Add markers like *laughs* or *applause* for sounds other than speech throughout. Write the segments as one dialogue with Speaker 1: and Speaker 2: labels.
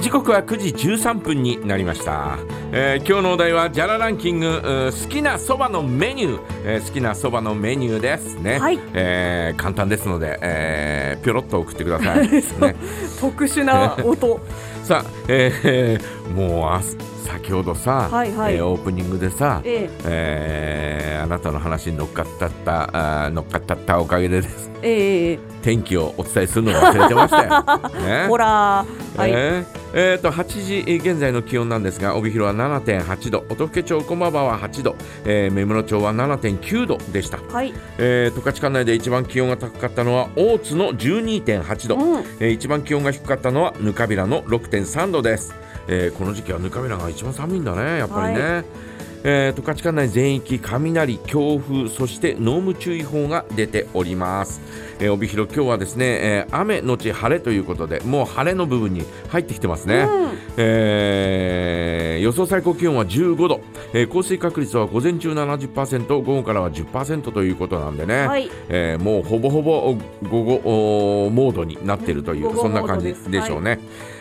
Speaker 1: 時刻は9時13分になりました、えー、今日のお題はジャラランキング好きなそばのメニュー、えー、好きなそばのメニューですね、はい、えー、簡単ですので、えー、ピョロッと送ってくださ *laughs* い、ね、
Speaker 2: 特殊な音
Speaker 1: さあ、えー、もうあ先ほどさ、はいはい、えー、オープニングでさ、えー、えー、あなたの話に乗っかったったあ乗っかったったおかげでです、えー、天気をお伝えするの忘れてました *laughs* よ。
Speaker 2: ね、ほら
Speaker 1: はい、えーえーと、と8時現在の気温なんですが帯広は7.8度音更町駒場は8度、えー、目室町は7.9度でした、はいえー、十勝管内で一番気温が高かったのは大津の12.8度、うん、えー、一番気温が低かったのはぬかびらの6.3度です、えー、この時期はぬかびらが一番寒いんだねやっぱりね。はいえー、十勝管内全域雷、強風そして濃霧注意報が出ております、えー、帯広、今日はですね、えー、雨のち晴れということでもう晴れの部分に入ってきてますね、うん、えー、予想最高気温は15度、えー、降水確率は午前中70%午後からは10%ということなんでね、はい、えー、もうほぼほぼ午後モードになっているという、うん、そんな感じでしょうね。はい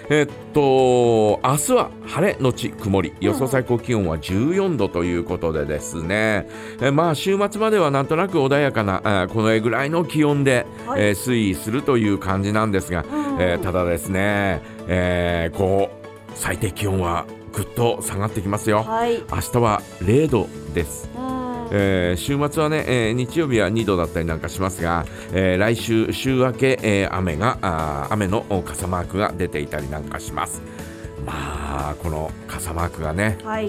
Speaker 1: えっと、明日は晴れのち曇り、予想最高気温は14度ということでですね、うん、まあ週末まではなんとなく穏やかな、このぐらいの気温で、はい、えー、推移するという感じなんですが、うん、えー、ただですね、えー、こう、最低気温はぐっと下がってきますよ。はい、明日は0度です。うんえー、週末はね、えー、日曜日は2度だったりなんかしますが、えー、来週週明け、え雨が雨の傘マークが出ていたりなんかしますまあこの傘マークがね、はい、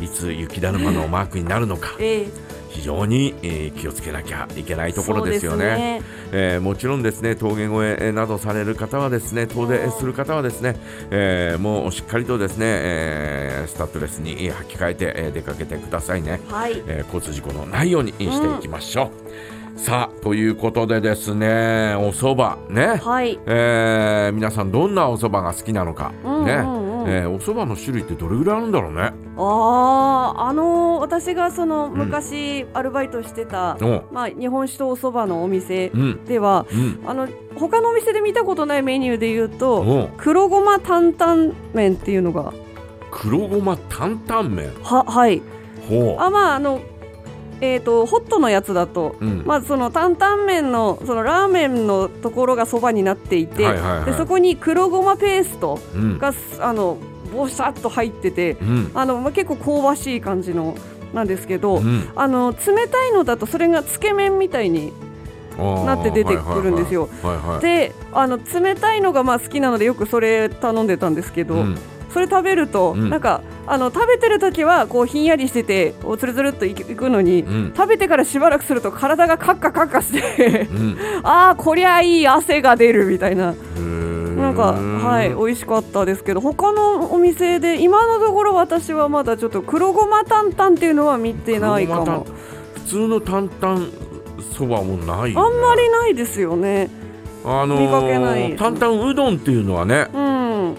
Speaker 1: いつ雪だるまのマークになるのか、えー非常に、えー、気をつけなきゃいけないところですよね、ね、えー、もちろんですね峠越えなどされる方はですね遠出する方はですね、えー、もうしっかりとですね、えー、スタッドレスに履き替えて、え出かけてくださいね、はい、え交通事故のないようにしていきましょう、うん、さあということでですねお蕎麦ね、はい、え皆さんどんなお蕎麦が好きなのか、うんうんうん、ねえー、お蕎麦の種類ってどれぐらいあるんだろうね。
Speaker 2: ああ、あのー、私がその昔アルバイトしてた、うん、まあ日本酒とお蕎麦のお店では、うん、あの他のお店で見たことないメニューで言うと、う黒ごま担々麺っていうのが。
Speaker 1: 黒ごま担々麺。
Speaker 2: ははい。ほう。あまああの。えーと、とホットのやつだと、うん、まあ、その担々麺のそのラーメンのところがそばになっていて、はいはいはい、でそこに黒ごまペーストが、うん、あのぼさっと入ってて、うん、あのまあ、結構香ばしい感じのなんですけど、あの冷たいのだとそれがつけ麺みたいになって出てくるんですよ。はいはいはい、であの冷たいのがまあ好きなのでよくそれ頼んでたんですけど。それ食べると、うん、なんかあの食べてる時はこうひんやりしててこうつるつるっといくのに、うん、食べてからしばらくすると体がカッカカッカして *laughs* うん、ああこりゃいい汗が出るみたいな。なんかはい美味しかったですけど他のお店で今のところ私はまだちょっと黒ごま担々っていうのは見てないかも
Speaker 1: 普通の担々そばもない、ね、
Speaker 2: あんまりないですよね
Speaker 1: あのー、担々うどんっていうのはね、うん、え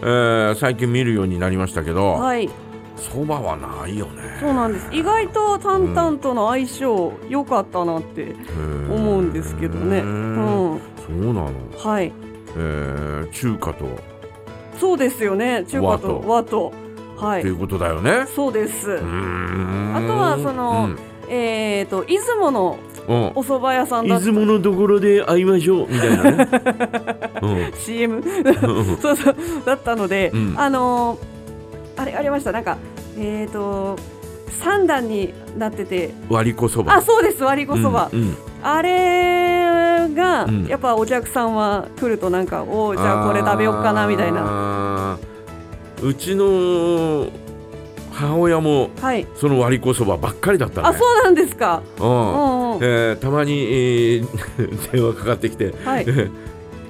Speaker 1: ー、最近見るようになりましたけど、そ、は、ば、い、はないよね
Speaker 2: そうなんです意外と担々との相性良かったなって思うんですけどね、うん、
Speaker 1: そうなの、はいえー、中華と
Speaker 2: そうですよね中華と和と
Speaker 1: はいということだよね
Speaker 2: そうですあとはその、うん、えっ、ー、と出雲のお蕎麦屋さん
Speaker 1: 出雲のところで会いましょうみたいな
Speaker 2: *laughs*
Speaker 1: ね、
Speaker 2: うん、CM *laughs* そうそうだったので、うん、あのー、あれありましたなんかえっ、ー、と三段になってて
Speaker 1: 割りこそば
Speaker 2: あそうです割りこそば、うんうん、あれが、うん、やっぱお客さんは来るとなんかおおじゃあこれ食べよっかなみたいな
Speaker 1: うちの母親も、はい、その割りこそばばっかりだった、ね、
Speaker 2: あそうなんですか、
Speaker 1: うんうんうん、えー、たまに、えー、 *laughs* 電話かかってきて「はい、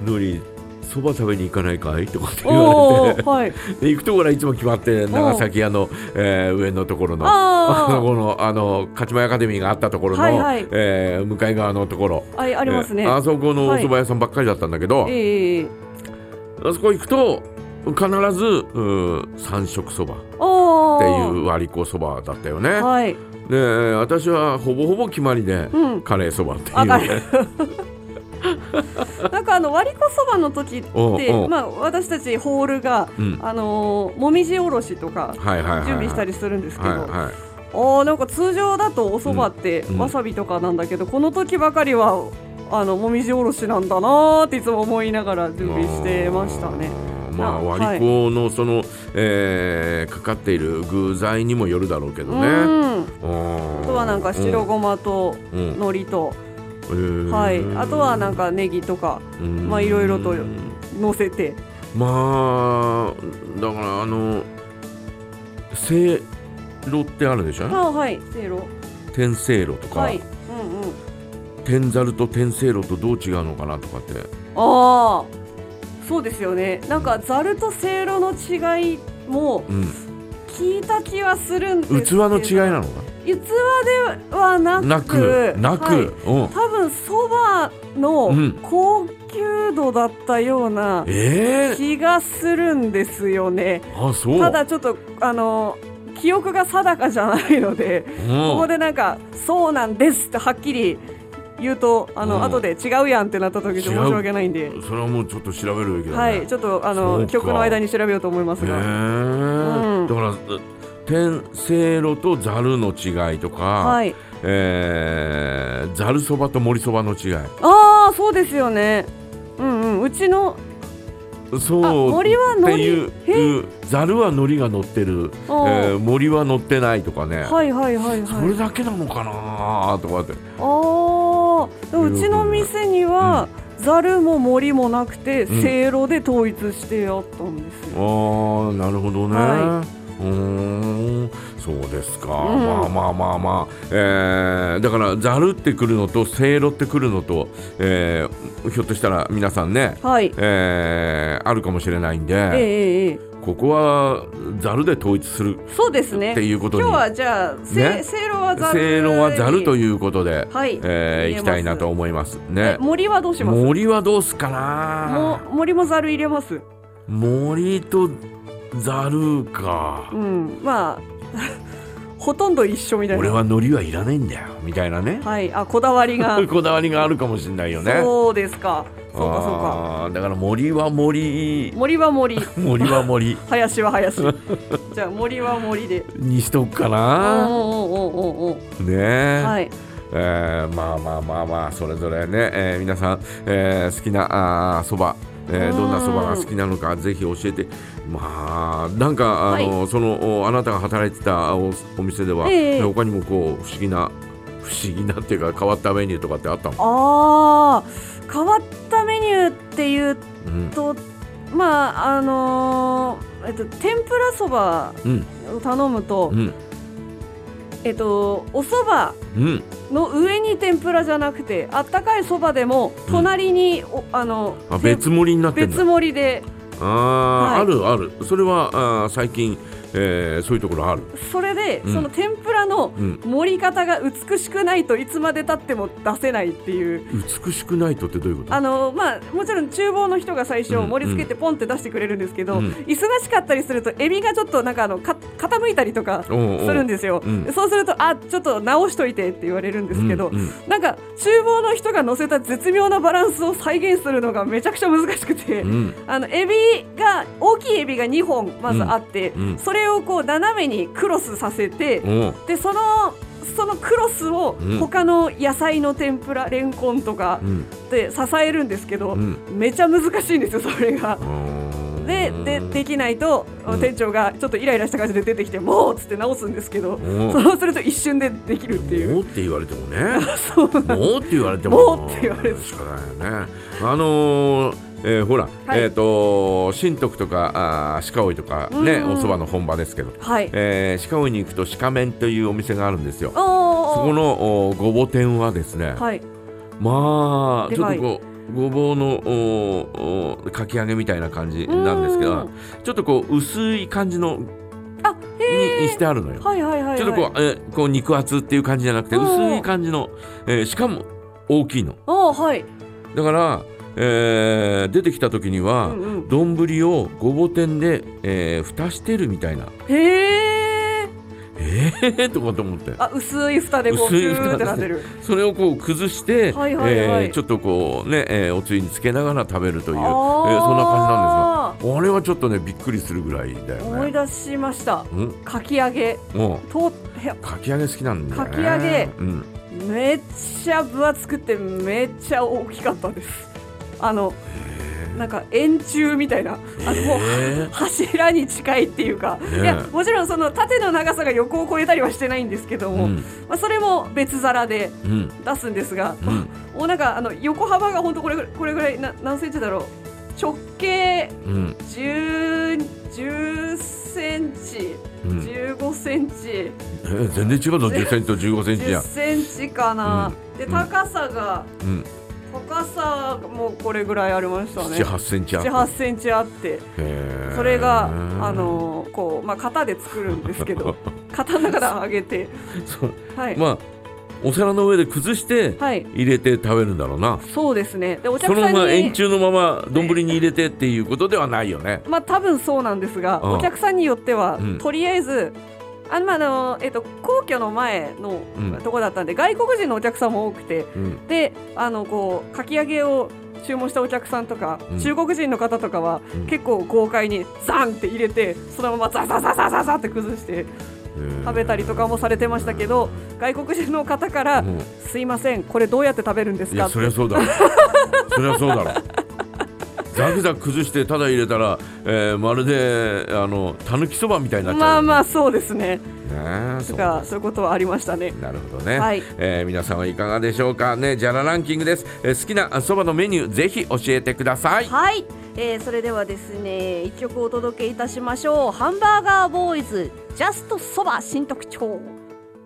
Speaker 1: のりそば食べに行かないかい?」とかって言われて、はい、行くところはいつも決まって長崎屋の、えー、上のところの *laughs* あそこのあの勝間アカデミーがあったところの、はいはい、えー、向かい側のところ
Speaker 2: あありますね、え
Speaker 1: ー、あそこのおそば屋さんばっかりだったんだけど、はい、あそこ行くと必ず三色そばっていう割り子そばだったよね。はい、で *laughs* 私はほぼほぼ決まりで、うん、カレーそばっていう、ね。
Speaker 2: なんかあの割りこそばの時ってまあ私たちホールが、うん、あのもみじおろしとか準備したりするんですけど。あなんか通常だとおそばってわさびとかなんだけど、うん、この時ばかりはあのもみじおろしなんだなっていつも思いながら準備してましたね。
Speaker 1: まあ、割り子のその、はい、えー、かかっている具材にもよるだろうけどね。
Speaker 2: あとはなんか白ごまと海苔と、うんうん、はい、あとはなんかネギとか、まあ、いろいろと乗せて。
Speaker 1: まあだからあのせいろってあるでしょ、ね、
Speaker 2: あはいせいろ
Speaker 1: 天せいろとか、はいうんうん、天ざると天せいろとどう違うのかなとかって
Speaker 2: ああそうですよねなんかざるとせいろの違いも聞いた気はするんです、うん、器
Speaker 1: の違いなのか
Speaker 2: 器ではなく
Speaker 1: なくなく、はい
Speaker 2: うん、多分そばの高級度だったような気がするんですよね、
Speaker 1: えー、あそう
Speaker 2: ただちょっとあの記憶が定かじゃないので、うん、ここでなんかそうなんですってはっきり言うとあの、うん、後で違うやんってなった時申し訳ないんで
Speaker 1: それはもうちょっと調べるべきだ、ね、
Speaker 2: はいちょっとあの曲の間に調べようと思いますが、え
Speaker 1: ーうん、だから天せいろとざるの違いとか、はい、えー、ざるそばと盛りそばの違い
Speaker 2: ああそうですよねうんうんうちの
Speaker 1: そう
Speaker 2: 森は
Speaker 1: っていうざるはのりが乗ってる、えー、森は乗ってないとかね
Speaker 2: はいはいはい、はい、
Speaker 1: それだけなのかなとかって
Speaker 2: ああうちの店には、ざ、う、る、ん、も森もなくて、うん、せいろで統一してあったんです
Speaker 1: よ。ああ、なるほどね。はい、うん、そうですか、うん。まあまあまあまあ、えー、だからざるってくるのとせいろってくるのと、えー、ひょっとしたら皆さんね、はい、えー、あるかもしれないんで。えー、ここはざるで統一する
Speaker 2: そうですね
Speaker 1: っていうことに
Speaker 2: 今日はじゃあせ、ね、せいろはざる
Speaker 1: せいろはざるということで、はい、えー、いきたいなと思いますね
Speaker 2: 森はどうします
Speaker 1: 森はどうすかな
Speaker 2: も森もざる入れます
Speaker 1: 森とざるか
Speaker 2: うんまあ *laughs* ほとんど一緒みたいな
Speaker 1: 俺は海苔はいらないんだよみたいなね
Speaker 2: はいあこだわりが
Speaker 1: こだわりがあるかもしれないよね
Speaker 2: そうですかそうかそう
Speaker 1: かだから森は森
Speaker 2: 森は森
Speaker 1: 森は森
Speaker 2: 林は林 *laughs* じゃあ森は森で
Speaker 1: にしとくか
Speaker 2: *laughs*
Speaker 1: な
Speaker 2: お
Speaker 1: ねえ、はいえー、まあまあまあまあそれぞれね、えー、皆さん、えー、好きなそばえー、どんなそばが好きなのかぜひ教えてまあなんかあの、はい、そのあなたが働いてたお店では、えー、他にもこう不思議な不思議なっていうか変わったメニューとかってあったの
Speaker 2: あ変わったメニューっていうと、うん、まああのー、えっと、天ぷらそばを頼むと、うんうん、えっと、おそばの上に天ぷらじゃなくて、あったかいそばでも隣に、うん、あの
Speaker 1: 別盛りになって
Speaker 2: 別盛りで
Speaker 1: あ、はい、あるあるそれはあ最近、えー、そういうところある
Speaker 2: それで、うん、その天ぷらの盛り方が美しくないといつまでたっても出せないっていう、
Speaker 1: うん、美しくないとってどういうこと
Speaker 2: あの、まあ、もちろん厨房の人が最初盛り付けてポンって出してくれるんですけど、うん、忙しかったりするとエビがちょっとなんかあのか傾いたりとかするんですよそうするとあちょっと直しといてって言われるんですけど、うんうん、なんか厨房の人が乗せた絶妙なバランスを再現するのがめちゃくちゃ難しくて、あのエビが大きいエビが2本まずあって、それをこう斜めにクロスさせて、でそのそのクロスを他の野菜の天ぷら、うん、レンコンとかで支えるんですけど、うん、めちゃ難しいんですよそれが。ででできないと、うん、店長がちょっとイライラした感じで出てきてもうっつって直すんですけど、そうすると一瞬でできるっていう
Speaker 1: もうって言われて
Speaker 2: *laughs*
Speaker 1: もね
Speaker 2: そう
Speaker 1: もうって言われて
Speaker 2: ももうって言われて
Speaker 1: しかないよねあのーえー、ほら、はい、えっ、ー、と新徳とかあ鹿追とかね、おそばの本場ですけど、はい、えー、鹿追に行くと鹿麺というお店があるんですよ。そこのごぼ天はですね、はい、まあちょっとこう。ごぼうのおおかき揚げみたいな感じなんですけどちょっとこう薄い感じのにしてあるのよ、
Speaker 2: はいはいはいはい、
Speaker 1: ちょっとこう,、えー、こう肉厚っていう感じじゃなくて薄い感じの、えー、しかも大きいの、
Speaker 2: はい、
Speaker 1: だからえー、出てきた時には丼、うんうん、をごぼ天で、えー、蓋してるみたいな
Speaker 2: へえ
Speaker 1: ええー、とかと思って
Speaker 2: あ薄い蓋でこう薄い蓋でてる
Speaker 1: それをこう崩して、
Speaker 2: はいはいはい、えー、
Speaker 1: ちょっとこうね、えー、おつゆにつけながら食べるという、えー、そんな感じなんですがあれはちょっとねびっくりするぐらいだよね
Speaker 2: 思い出しましたかき揚げ
Speaker 1: とかき揚げ好きなんだ
Speaker 2: よねかき揚げ、
Speaker 1: うん、
Speaker 2: めっちゃ分厚くてめっちゃ大きかったですあのなんか円柱みたいな、あのもう柱に近いっていうか、いやもちろんその縦の長さが横を越えたりはしてないんですけども、うん、まあ、それも別皿で出すんですが、うん、もうなんかあの横幅が本当これこれぐらいな何センチだろう直径10、うん、10センチ。15センチ、え
Speaker 1: ー、全然違うぞ10センチと15センチ
Speaker 2: *laughs*
Speaker 1: や
Speaker 2: 10センチかな、で高さが、高さもこれぐらいありましたね
Speaker 1: 78センチあって
Speaker 2: 78センチあってそれがあのこう、まあ、型で作るんですけ
Speaker 1: *laughs*
Speaker 2: *laughs* ど型の中で揚げて、、
Speaker 1: はい、まあお皿の上で崩して入れて食べるんだろうな、はい
Speaker 2: そうですねでお
Speaker 1: 客さんにそのまま円柱のまま丼に入れてっていうことではないよね
Speaker 2: まあ多分そうなんですが、うん、お客さんによっては、うん、とりあえずあの、まあのえーと、と皇居の前のとこだったんで、うん、外国人のお客さんも多くて、うん、であのこうかき揚げを注文したお客さんとか、うん、中国人の方とかは、結構豪快にザンって入れてそのままザザザザザザって崩して食べたりとかもされてましたけど外国人の方から「すいませんこれどうやって食べるんですか?」
Speaker 1: そりゃ
Speaker 2: *laughs*
Speaker 1: そうだそりゃそうだろザクザク崩してただ入れたら、えー、まるであのたぬきそばみたいになっちゃう、
Speaker 2: まあまあそうですね。ねとかそういうことはありましたね。
Speaker 1: なるほどね。はい、えー、皆さんはいかがでしょうかね。じゃらランキングです。えー、好きなそばのメニューぜひ教えてください。
Speaker 3: はい。えー、それではですね一曲お届けいたしましょう。ハンバーガーボーイズジャストそば新特徴。